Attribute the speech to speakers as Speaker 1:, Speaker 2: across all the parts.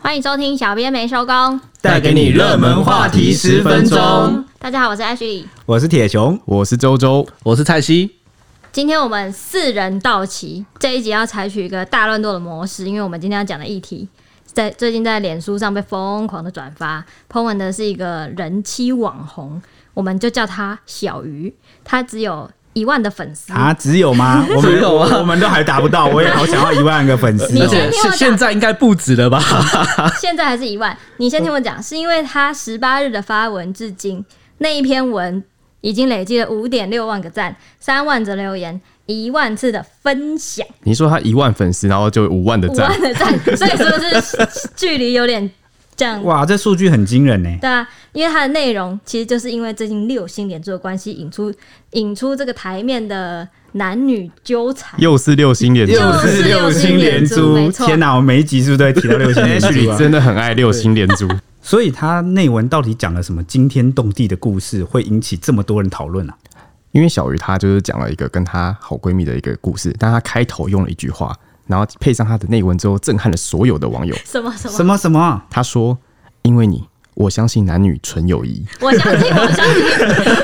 Speaker 1: 欢迎收听《小编没收工》，
Speaker 2: 带给你热门话题十分钟。
Speaker 1: 大家好，我是 H 李。
Speaker 2: 我是铁熊，
Speaker 3: 我是周周，
Speaker 4: 我是蔡西，
Speaker 1: 今天我们四人到齐，这一集要采取一个大乱斗的模式，因为我们今天要讲的议题，在最近在脸书上被疯狂的转发，碰文的是一个人妻网红，我们就叫她小鱼，她只有一万的粉丝。
Speaker 2: 啊，只有吗？我们
Speaker 4: 只有吗
Speaker 2: 我我们都还达不到，我也好想要一万个粉丝
Speaker 1: 你
Speaker 4: 而
Speaker 2: 哦。
Speaker 1: 先
Speaker 4: 且
Speaker 1: 听我
Speaker 4: 现
Speaker 1: 讲
Speaker 4: 现在应该不止了吧？
Speaker 1: 现在还是一万。你先听我讲，是因为他十八日的发文至今，那一篇文已经累积了五点六万个赞，三万则留言，一万次的分享，
Speaker 3: 你说他一万粉丝，然后就有五万的
Speaker 1: 五
Speaker 3: 赞
Speaker 1: 万，的赞， 所以是不是距离有点这样？
Speaker 2: 哇，这数据很惊人呢。
Speaker 1: 对啊，因为它的内容其实就是因为最近六星连珠的关系，引出引出这个台面的男女纠缠。
Speaker 3: 又是六星连珠，
Speaker 1: 又是六星连珠没错
Speaker 2: 天哪，我每一集是不是都会提到六星连珠 啊？
Speaker 3: 真的很爱六星连珠。
Speaker 2: 所以它内文到底讲了什么惊天动地的故事，会引起这么多人讨论啊？
Speaker 3: 因为小鱼她就是讲了一个跟她好闺蜜的一个故事，但她开头用了一句话，然后配上她的内文之后，震撼了所有的网友。
Speaker 1: 什么什么
Speaker 2: 什？么什么啊？
Speaker 3: 她说：“因为你，我相信男女纯友谊。”
Speaker 1: 我相信，我相信，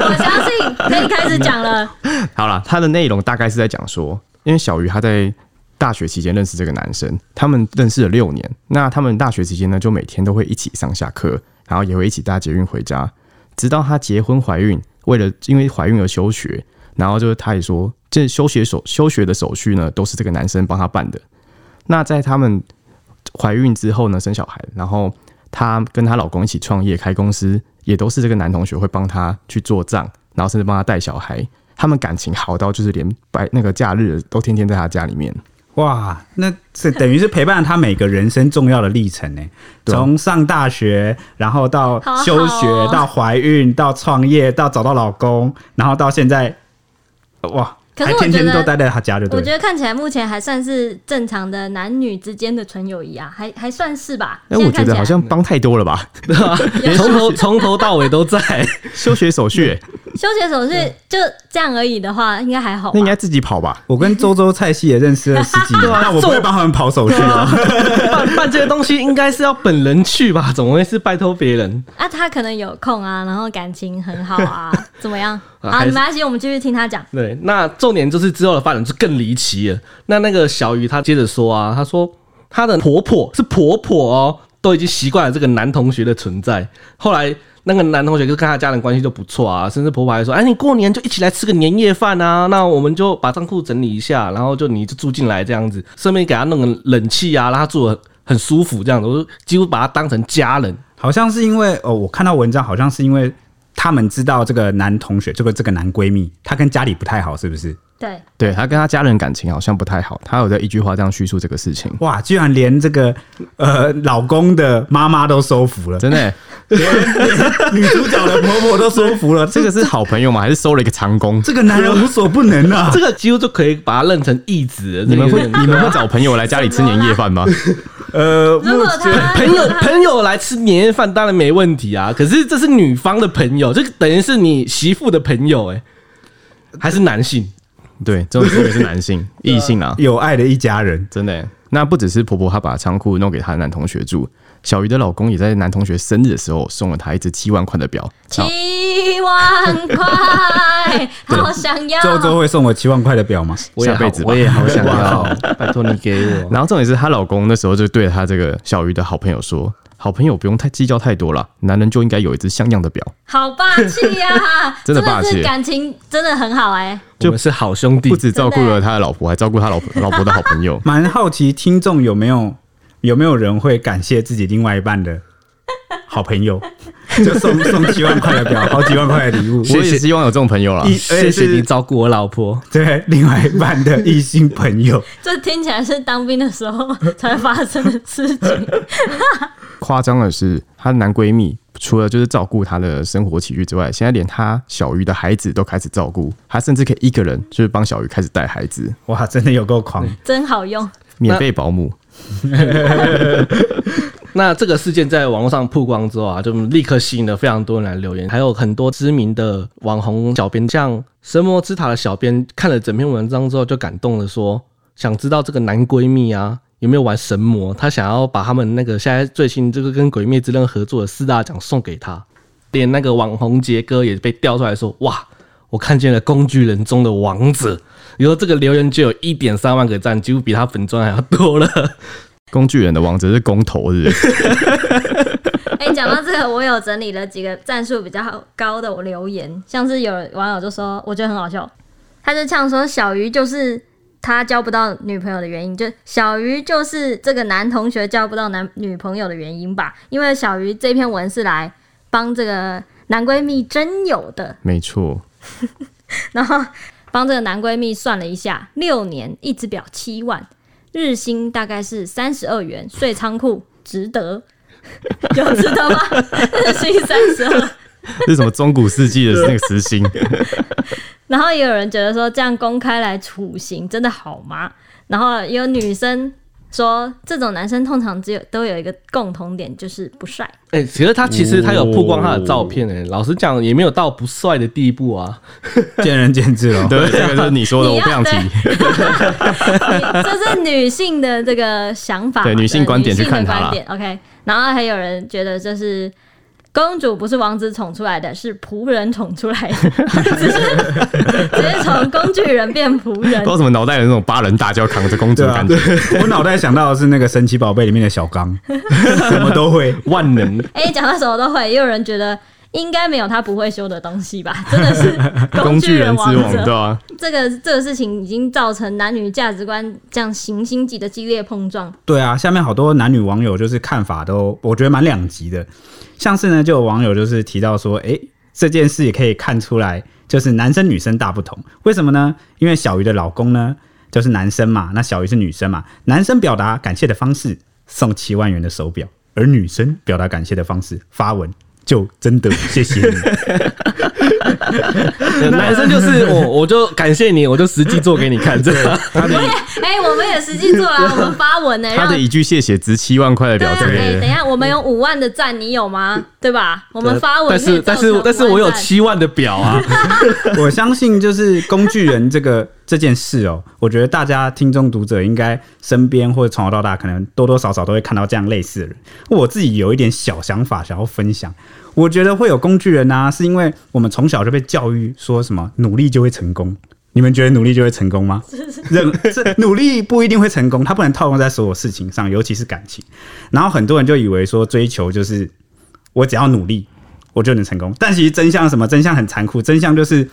Speaker 1: 我相信，可以开始讲 了。
Speaker 3: 好了，它的内容大概是在讲说，因为小鱼她在大学期间认识这个男生，他们认识了六年。那他们大学期间呢，就每天都会一起上下课，然后也会一起搭捷运回家，直到她结婚怀孕，为了因为怀孕而休学，然后就是她也说，这休学手休学的手续呢，都是这个男生帮她办的。那在他们怀孕之后呢，生小孩，然后她跟她老公一起创业开公司，也都是这个男同学会帮她去做账，然后甚至帮她带小孩。他们感情好到就是连白那个假日都天天在她家里面。
Speaker 2: 哇，那这等于是陪伴他每个人生重要的历程呢。
Speaker 3: 对啊
Speaker 2: 从上大学，然后到
Speaker 1: 好好哦
Speaker 2: 休 学，到怀孕，到创业，到找到老公，然后到现在，哇，
Speaker 1: 可
Speaker 2: 还
Speaker 1: 是我
Speaker 2: 天
Speaker 1: 觉
Speaker 2: 天都
Speaker 1: 得
Speaker 2: 待在他家，就对
Speaker 1: 我
Speaker 2: 了
Speaker 1: 觉。得看起来目前还算是正常的男女之间的纯友谊啊，还还算是吧。
Speaker 3: 哎，
Speaker 1: 现
Speaker 3: 我
Speaker 1: 在看
Speaker 3: 觉
Speaker 1: 起
Speaker 3: 得
Speaker 1: 来
Speaker 3: 好像帮太多 了吧？
Speaker 1: 有
Speaker 4: 从头从头到尾都在，
Speaker 3: 休学手
Speaker 1: 嗯
Speaker 3: 续，
Speaker 1: 休学手续就这样而已的话，应该还好吧
Speaker 3: 那应。该自己跑吧？
Speaker 2: 我跟周周蔡西也认识了十 几年，
Speaker 3: 啊
Speaker 2: 那我不会帮他们跑手续哦。
Speaker 4: 办办这些东西应该是要本人去吧，怎么会是拜托别人？
Speaker 1: 啊，他可能有空啊，然后感情很好啊，怎么样？
Speaker 4: 啊
Speaker 1: 啊，
Speaker 4: 还
Speaker 1: 没
Speaker 4: 是
Speaker 1: 关系，我们继续听他讲。
Speaker 4: 对，那重点就是之后的发展就更离奇了。那那个小鱼她接着说啊，她说她的婆婆是婆婆哦，都已经习惯了这个男同学的存在。后来那个男同学就跟他家人关系就不错啊，甚至婆婆还说，哎，你过年就一起来吃个年夜饭啊，那我们就把账户整理一下，然后就你就住进来这样子，顺便给他弄个冷气啊，让他住得很很舒服这样子，我就几乎把他当成家人。
Speaker 2: 好像是因为哦，我看到文章，好像是因为他们知道这个男同学，这个这个男闺蜜，他跟家里不太好，是不是？
Speaker 1: 对，
Speaker 3: 对她跟她家人感情好像不太好，她有在一句话这样叙述这个事情，
Speaker 2: 哇，居然连这个呃老公的妈妈都收服了，
Speaker 3: 真的欸、
Speaker 2: 女主角的婆婆都收服了，
Speaker 3: 这个是好朋友吗？还是收了一个长工？
Speaker 2: 这个男人无所不能啊
Speaker 4: 这！个几乎就可以把他认成义子了。
Speaker 3: 你们
Speaker 4: 这个
Speaker 3: 会
Speaker 4: 人
Speaker 3: 你们会找朋友来家里吃年夜饭 吗？
Speaker 2: 呃，
Speaker 1: 如果他
Speaker 4: 朋友 朋友来吃年夜饭当然没问题啊，可是这是女方的朋友，这个等于是你媳妇的朋友哎、还是男性？
Speaker 3: 对，这种特别是 男性异性啊，
Speaker 2: 有爱的一家人，
Speaker 3: 真的欸。那不只是婆婆她把仓库弄给她的男同学住，小鱼的老公也在男同学生日的时候送了她一只七万块的表。然后
Speaker 1: 七万 块，好想要。
Speaker 2: 周周会送我七万块的表吗？
Speaker 4: 我也好
Speaker 3: 下辈子吧
Speaker 4: 我也好想要， 拜托你给我。
Speaker 3: 然后重点是她老公那时候就对她这个小鱼的好朋友说：“好朋友不用太计较太多了，男人就应该有一只像样的表。
Speaker 1: 好霸气呀！
Speaker 3: 真的
Speaker 1: 是
Speaker 3: 霸气
Speaker 1: 感情真的很好哎。
Speaker 4: 我们是好兄”弟
Speaker 3: 不，只照顾了他的老婆，还照顾他老婆老婆的好朋友。
Speaker 2: 蛮好奇听众有没有有没有人会感谢自己另外一半的好朋友，就送送七万块的表，好几万块的礼物。
Speaker 3: 我
Speaker 4: 谢谢
Speaker 3: 也希望有这种朋友啦。
Speaker 2: 一
Speaker 4: 谢谢你照顾我老婆。
Speaker 2: 对另外一半的异性朋友，
Speaker 1: 这听起来是当兵的时候 才发生的事情。
Speaker 3: 夸张的是，她的男闺蜜除了就是照顾她的生活起居之外，现在连她小鱼的孩子都开始照顾，她甚至可以一个人就是帮小鱼开始带孩子，
Speaker 2: 哇，真的有够狂！
Speaker 1: 真好用。
Speaker 3: 免费保姆。
Speaker 4: 那这个事件在网络上曝光之后啊，就立刻吸引了非常多人来留言，还有很多知名的网红小编，像神魔之塔的小编看了整篇文章之后，就感动的说，想知道这个男闺蜜啊。有没有玩神魔，他想要把他们那个现在最新这个跟《鬼灭之刃》合作的四大奖送给他，连那个网红杰哥也被调出来说：“哇，我看见了工具人中的王者。”你说这个留言就有一点三万个赞，几乎比他粉钻还要多了。
Speaker 3: 工具人的王者是公投，是不是？
Speaker 1: 哎、讲到这个，我有整理了几个战术比较高的留言，像是有网友就说，我觉得很好笑，他就呛说小鱼就是他交不到女朋友的原因，就小鱼就是这个男同学交不到男女朋友的原因吧，因为小鱼这篇文是来帮这个男闺蜜真友的，
Speaker 3: 没错，
Speaker 1: 然后帮这个男闺蜜算了一下，六年一只表七万，日薪大概是三十二元，睡仓库值得， 有值得吗？ 日薪三十二。
Speaker 3: 这是什么中古世纪的那个时薪？
Speaker 1: 然后也有人觉得说，这样公开来处刑真的好吗？然后也有女生说，这种男生通常只有都有一个共同点，就是不帅。
Speaker 4: 哎、其实他其实他有曝光他的照片诶、老实讲也没有到不帅的地步啊。
Speaker 2: 见仁见智哦。
Speaker 3: 对，这个就是你说的，
Speaker 1: 你
Speaker 3: 我不
Speaker 1: 要
Speaker 3: 想提。
Speaker 1: 这是女性的这个想法嘛，
Speaker 3: 对女性观点
Speaker 1: 女性
Speaker 3: 去看
Speaker 1: 的
Speaker 3: 它啦
Speaker 1: 观点 OK，然后还有人觉得这是公主不是王子宠出来的，是仆人宠出来的， 只是只是从工具人变仆
Speaker 3: 不
Speaker 1: 人
Speaker 3: 知。道什么脑袋有那种八人大叫扛着公主
Speaker 2: 对
Speaker 3: 的
Speaker 2: 啊
Speaker 3: 感觉，，
Speaker 2: 我脑袋想到的是那个神奇宝贝里面的小 刚，什么都会。
Speaker 3: 万能。
Speaker 1: 哎、讲到什么都会，也有人觉得。应该没有他不会修的东西 吧？真的是
Speaker 3: 工具
Speaker 1: 啊具
Speaker 3: 人
Speaker 1: 人
Speaker 3: 之
Speaker 1: 王
Speaker 3: 王，对啊
Speaker 1: 者。
Speaker 3: 吧？
Speaker 1: 这个这个事情已经造成男女价值观这样行星级的激烈碰撞。
Speaker 2: 对啊，下面好多男女网友就是看法都，我觉得蛮两极的。像是呢，就有网友就是提到说，诶，这件事也可以看出来，就是男生女生大不同。为什么呢？因为小鱼的老公呢就是男生嘛，那小鱼是女生嘛。男生表达感谢的方式送七万元的手表，而女生表达感谢的方式发文就真的谢谢你。
Speaker 4: 男生就是我，我就感谢你，我就实际做给你看，这样。
Speaker 2: 他的
Speaker 1: 哎、我们也实际 做了，我们发文呢、
Speaker 3: 他
Speaker 1: 让
Speaker 3: 的一句谢谢值七万块的
Speaker 1: 哎对
Speaker 3: 表
Speaker 1: 啊，
Speaker 3: 之
Speaker 1: 哎、
Speaker 3: 类
Speaker 1: 等一
Speaker 3: 的，
Speaker 1: 下，我们有五万的赞，你有吗？对吧？我们发文
Speaker 4: 但
Speaker 1: 可以
Speaker 4: 是
Speaker 1: 造
Speaker 4: 但
Speaker 1: 成
Speaker 4: 是但是
Speaker 1: 5万
Speaker 4: 我有
Speaker 1: 赞
Speaker 4: 七万的表啊，
Speaker 2: 我相信就是工具人这个这件事哦，我觉得大家听众读者应该身边或者从小到大，可能多多少少都会看到这样类似的人。我自己有一点小想法想要分享，我觉得会有工具人啊，是因为我们从小就被教育说什么努力就会成功。你们觉得努力就会成功吗？任这努力不一定会成功，它不能套用在所有事情上，尤其是感情。然后很多人就以为说追求就是我只要努力，我就能成功。但其实真相是什么？真相很残酷，真相就是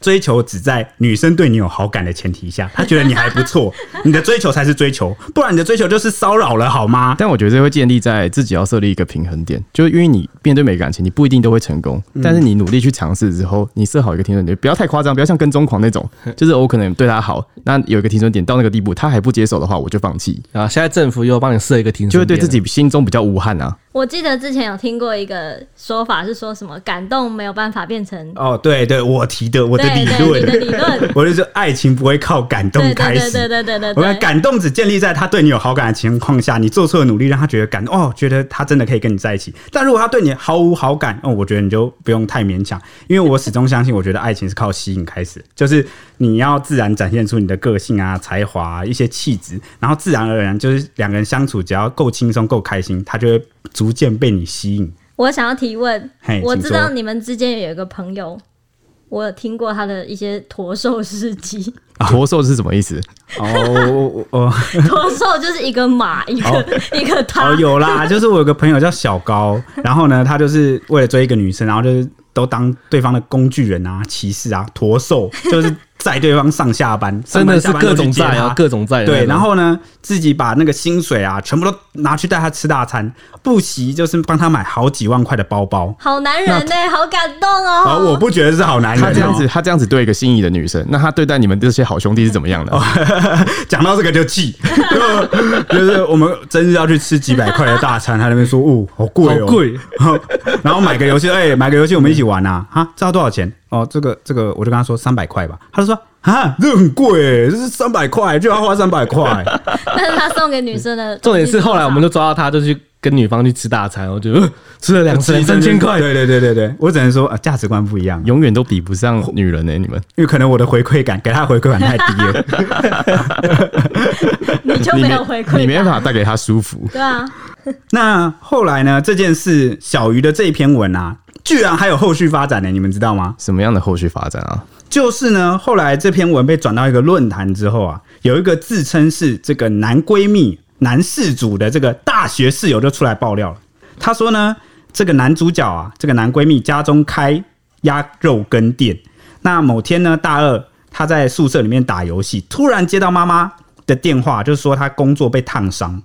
Speaker 2: 追求只在女生对你有好感的前提下，她觉得你还不错，你的追求才是追求，不然你的追求就是骚扰了，好吗？
Speaker 3: 但我觉得这会建立在自己要设立一个平衡点，就是因为你面对每个感情，你不一定都会成功，但是你努力去尝试之后，你设好一个停损点，不要太夸张，不要像跟踪狂那种，就是我可能对他好，那有一个停损点到那个地步，他还不接受的话，我就放弃，
Speaker 4: 啊，现在政府又帮你设一个停损点，
Speaker 3: 就会对自己心中比较无憾啊。
Speaker 1: 我记得之前有听过一个说法是说什么感动没有办法变成
Speaker 2: 哦，对对，我提的我的
Speaker 1: 对
Speaker 2: 理
Speaker 1: 对你的
Speaker 2: 论，
Speaker 1: 理论，
Speaker 2: 我就说爱情不会靠感动
Speaker 1: 对对
Speaker 2: 开
Speaker 1: 对对
Speaker 2: 始。
Speaker 1: 对对对
Speaker 2: 我
Speaker 1: 对。
Speaker 2: 们感动只建立在他对你有好感的情况下，你做出的努力让他觉得感动哦，觉得他真的可以跟你在一起。但如果他对你毫无好感，哦，我觉得你就不用太勉强，因为我始终相信，我觉得爱情是靠吸引开始的，就是你要自然展现出你的个性啊、才华、啊、一些气质，然后自然而然就是两个人相处，只要够轻松、够开心，他就会逐渐被你吸引。
Speaker 1: 我想要提问
Speaker 2: 嘿，
Speaker 1: 我
Speaker 2: 请
Speaker 1: 知
Speaker 2: 说
Speaker 1: 道你们之间有一个朋友，我有听过他的一些驼兽事迹。
Speaker 3: 驼兽是什么意思？
Speaker 2: 哦，我我我
Speaker 1: 驼兽就是一个马，一个、 一个他。
Speaker 2: 哦，有啦， 就是我有个朋友叫小高，然后呢，他就是为了追一个女生，然后就是都当对方的工具人啊、骑士啊、驼兽， 就是载对方上下班，
Speaker 4: 真的是
Speaker 2: 上班下班都
Speaker 4: 各
Speaker 2: 去
Speaker 4: 种
Speaker 2: 接
Speaker 4: 在啊
Speaker 2: 他，
Speaker 4: 各种在。
Speaker 2: 对，然后呢，自己把那个薪水啊，全部都拿去带他吃大餐，不惜就是帮他买好几万块的包包。
Speaker 1: 好男人呢、好感动哦！
Speaker 2: 而我不觉得是好男人、哦。
Speaker 3: 他这样子，他这样子对一个心仪的女生，那他对待你们这些好兄弟是怎么样的？
Speaker 2: 讲到这个就气， 就是我们真是要去吃几百块的大餐，他那边说哦，好贵哦，
Speaker 4: 好贵
Speaker 2: 然后， 然后买个游戏，哎、买个游戏我们一起玩啊，哈，这要多少钱？哦，这个这个，我就跟他说三百块吧，他就说啊，这很贵、这是三百块，就要花三百块，
Speaker 1: 但是他送给女生的，
Speaker 4: 重点是后来我们就抓到他，就去跟女方去吃大餐，我就呃吃 了两次三千块，
Speaker 2: 对对对对对，我只能说啊，价值观不一样，
Speaker 3: 永远都比不上女人欸呢、你们
Speaker 2: 因为可能我的回馈感给他回馈感太低 了。
Speaker 1: 你就没有回馈他，
Speaker 3: 你没办法带给她舒服。
Speaker 1: 对啊，
Speaker 2: 那后来呢？这件事，小鱼的这一篇文啊，居然还有后续发展呢、你们知道吗？
Speaker 3: 什么样的后续发展啊？
Speaker 2: 就是呢，后来这篇文被转到一个论坛之后啊，有一个自称是这个男闺蜜、男事主的这个大学室友就出来爆料了。他说呢，这个男主角啊，这个男闺蜜家中开鸭肉羹店，那某天呢，大二他在宿舍里面打游戏，突然接到妈妈的电话，就是说他工作被烫伤。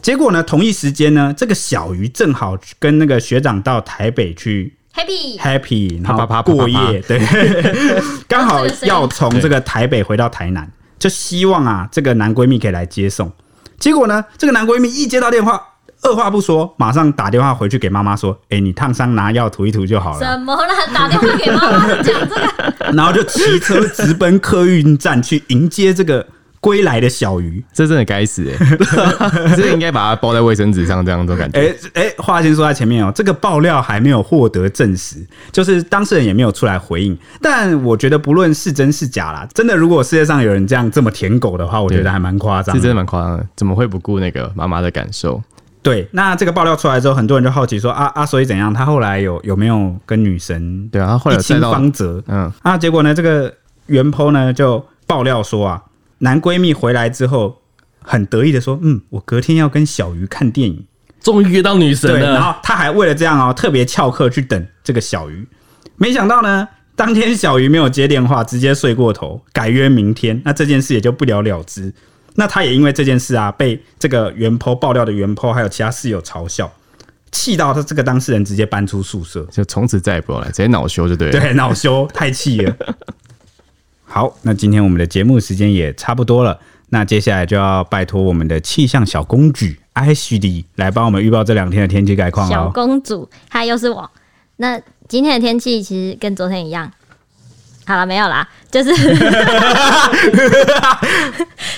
Speaker 2: 结果呢，同一时间呢，这个小鱼正好跟那个学长到台北去
Speaker 1: happy
Speaker 2: happy，然
Speaker 3: 啪啪
Speaker 2: 后
Speaker 3: 啪
Speaker 2: 过
Speaker 3: 啪啪
Speaker 2: 夜，对，刚好要从这个台北回到台南，就希望啊这个男闺蜜可以来接送。结果呢，这个男闺蜜一接到电话，二话不说，马上打电话回去给妈妈说：“哎、你烫伤拿药涂一涂就好了。
Speaker 1: 什么啦？打电话给妈妈讲这个，”
Speaker 2: 然后就骑车直奔客运站去迎接这个归来的小鱼。
Speaker 3: 这真的该死哎、 这应该把它包在卫生纸上，这样这种感觉。
Speaker 2: 哎、哎、话先说在前面哦，这个爆料还没有获得证实，就是当事人也没有出来回应。但我觉得不论是真是假啦，真的如果世界上有人这样这么舔狗的话，我觉得还蛮夸张
Speaker 3: 这
Speaker 2: 的
Speaker 3: 真。的蛮夸张的，怎么会不顾那个妈妈的感受？
Speaker 2: 对，那这个爆料出来之后，很多人就好奇说啊啊，所以怎样？他后来有有没有跟女神
Speaker 3: 对啊，她后来
Speaker 2: 一
Speaker 3: 有
Speaker 2: 亲
Speaker 3: 再到，
Speaker 2: 芳泽？
Speaker 3: 嗯，
Speaker 2: 啊，结果呢，这个原 po 呢就爆料说啊，男闺蜜回来之后很得意的说，嗯，我隔天要跟小鱼看电影。
Speaker 4: 终于约到女
Speaker 2: 对，
Speaker 4: 神
Speaker 2: 然
Speaker 4: 了。
Speaker 2: 后他还为了这样哦，特别翘课去等这个小鱼。没想到呢，当天小鱼没有接电话，直接睡过头，改约明天。那这件事也就不了了之。那他也因为这件事啊，被这个原坡爆料的原坡还有其他室友嘲笑，气到他这个当事人直接搬出宿舍，
Speaker 3: 就从此再也不要来，直接恼羞就对了。
Speaker 2: 对，恼羞太气了。好，那今天我们的节目时间也差不多了，那接下来就要拜托我们的气象小公举 Ashley 来帮我们预报这两天的天气概况哦
Speaker 1: 小
Speaker 2: 喽。
Speaker 1: 公主，嗨，又是我。那今天的天气其实跟昨天一样。好了，没有啦，就是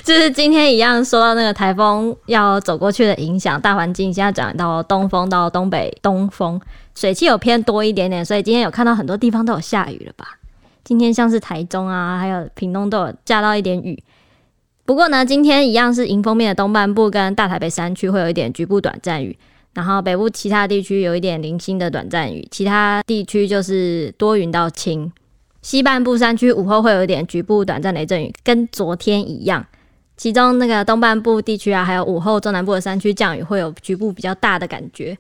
Speaker 1: 就是今天一样，受到那个台风要走过去的影响，大环境现在转到东风到东北东风，水汽有偏多一点点，所以今天有看到很多地方都有下雨了吧？今天像是台中啊，还有屏东都有下到一点雨，不过呢，今天一样是迎风面的东半部跟大台北山区会有一点局部短暂雨，然后北部其他地区有一点零星的短暂雨，其他地区就是多云到晴。西半部山区午后会有一点局部短暂雷阵雨，跟昨天一样。其中那个东半部地区啊，还有午后中南部的山区降雨会有局部比较大的感觉。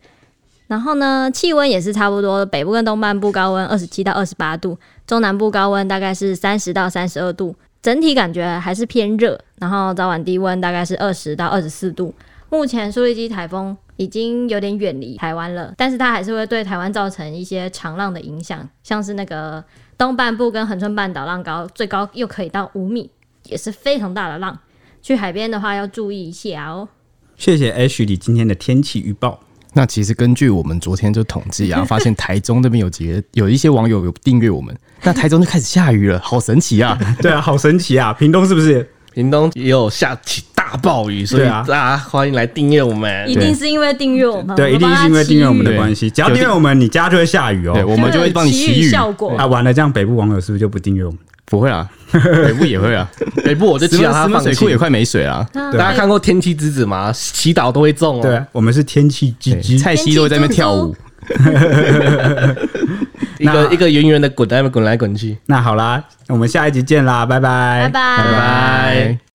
Speaker 1: 然后呢，气温也是差不多，北部跟东半部高温二十七到二十八度，中南部高温大概是三十到三十二度，整体感觉还是偏热。然后早晚低温大概是二十到二十四度。目前苏力基台风已经有点远离台湾了，但是它还是会对台湾造成一些长浪的影响，像是那个东半部跟恒春半岛浪高最高又可以到五米，也是非常大的浪。去海边的话要注意一下哦。
Speaker 2: 谢谢 Ashley 今天的天气预报。
Speaker 3: 那其实根据我们昨天就统计 啊，发现台中那边有几个有一些网友有订阅我们，那台中就开始下雨了，好神奇 啊！
Speaker 2: 对啊，好神奇啊！屏东是不是？
Speaker 4: 屏东也有下起大暴雨，所以
Speaker 2: 对啊
Speaker 4: 大家欢迎来订阅我们
Speaker 1: 一。定是因为订阅我们，
Speaker 2: 对，
Speaker 1: 嗯
Speaker 2: 一
Speaker 1: 我帮
Speaker 2: 定
Speaker 1: 他
Speaker 2: 是因为订阅我
Speaker 1: 祈
Speaker 2: 们的
Speaker 1: 雨
Speaker 3: 对
Speaker 2: 关系。只要订阅我们，你家就会下雨
Speaker 3: 对，
Speaker 2: 哦。
Speaker 3: 我们就会帮你
Speaker 1: 祈
Speaker 3: 洗
Speaker 1: 雨
Speaker 3: 雨，
Speaker 1: 效果
Speaker 2: 啊，完了，这样北部网友是不是就不订阅我们？
Speaker 3: 不会啦，北部也会啊，
Speaker 4: 北哎部我 就
Speaker 3: 石
Speaker 4: 祈
Speaker 3: 门
Speaker 4: 祷他
Speaker 3: 石门
Speaker 4: 放
Speaker 3: 水库也
Speaker 4: 弃。
Speaker 3: 快没水啦。
Speaker 1: 啊
Speaker 4: 大家看过《天气之子》吗？祈祷都会中哦。
Speaker 2: 对啊，我们是天气之
Speaker 3: 对
Speaker 1: 嗯
Speaker 2: 鸡。
Speaker 3: 蔡西都会在那边跳舞，
Speaker 4: 一个
Speaker 2: 那
Speaker 4: 一个圆圆的滚，在那边滚来滚去。
Speaker 2: 那好啦，我们下一集见啦，拜
Speaker 1: 拜
Speaker 2: 拜，
Speaker 1: 拜
Speaker 4: 拜拜。